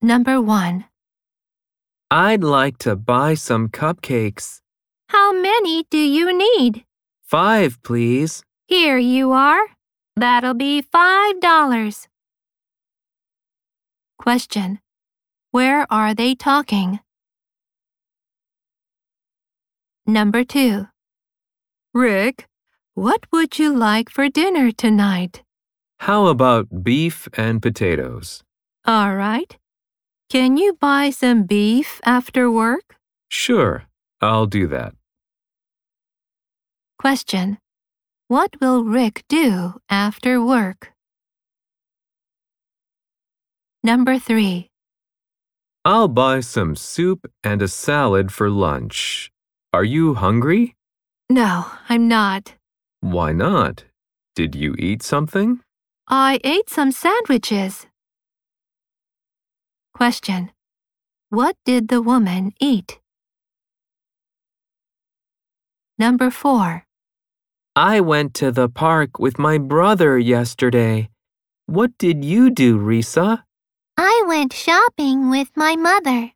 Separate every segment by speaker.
Speaker 1: Number 1.
Speaker 2: I'd like to buy some cupcakes.
Speaker 1: How many do you need?
Speaker 2: Five, please.
Speaker 1: Here you are. That'll be $5. Question. Where are they talking? Number 2. Rick, what would you like for dinner tonight?
Speaker 2: How about beef and potatoes?
Speaker 1: All right. Can you buy some beef after work?
Speaker 2: Sure, I'll do that.
Speaker 1: Question. What will Rick do after work? Number 3.
Speaker 2: I'll buy some soup and a salad for lunch. Are you hungry?
Speaker 1: No, I'm not.
Speaker 2: Why not? Did you eat something?
Speaker 1: I ate some sandwiches. Question. What did the woman eat? Number 4.
Speaker 2: I went to the park with my brother yesterday. What did you do, Risa?
Speaker 3: I went shopping with my mother.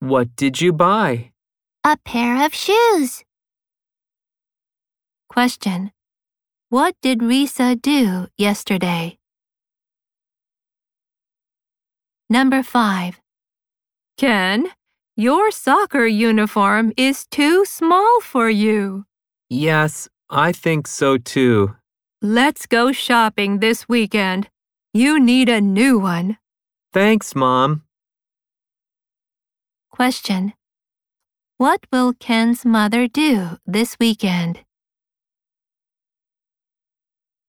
Speaker 2: What did you buy?
Speaker 3: A pair of shoes.
Speaker 1: Question. What did Risa do yesterday? Number 5. Ken, your soccer uniform is too small for you.
Speaker 2: Yes, I think so too.
Speaker 1: Let's go shopping this weekend. You need a new one.
Speaker 2: Thanks, Mom.
Speaker 1: Question. What will Ken's mother do this weekend?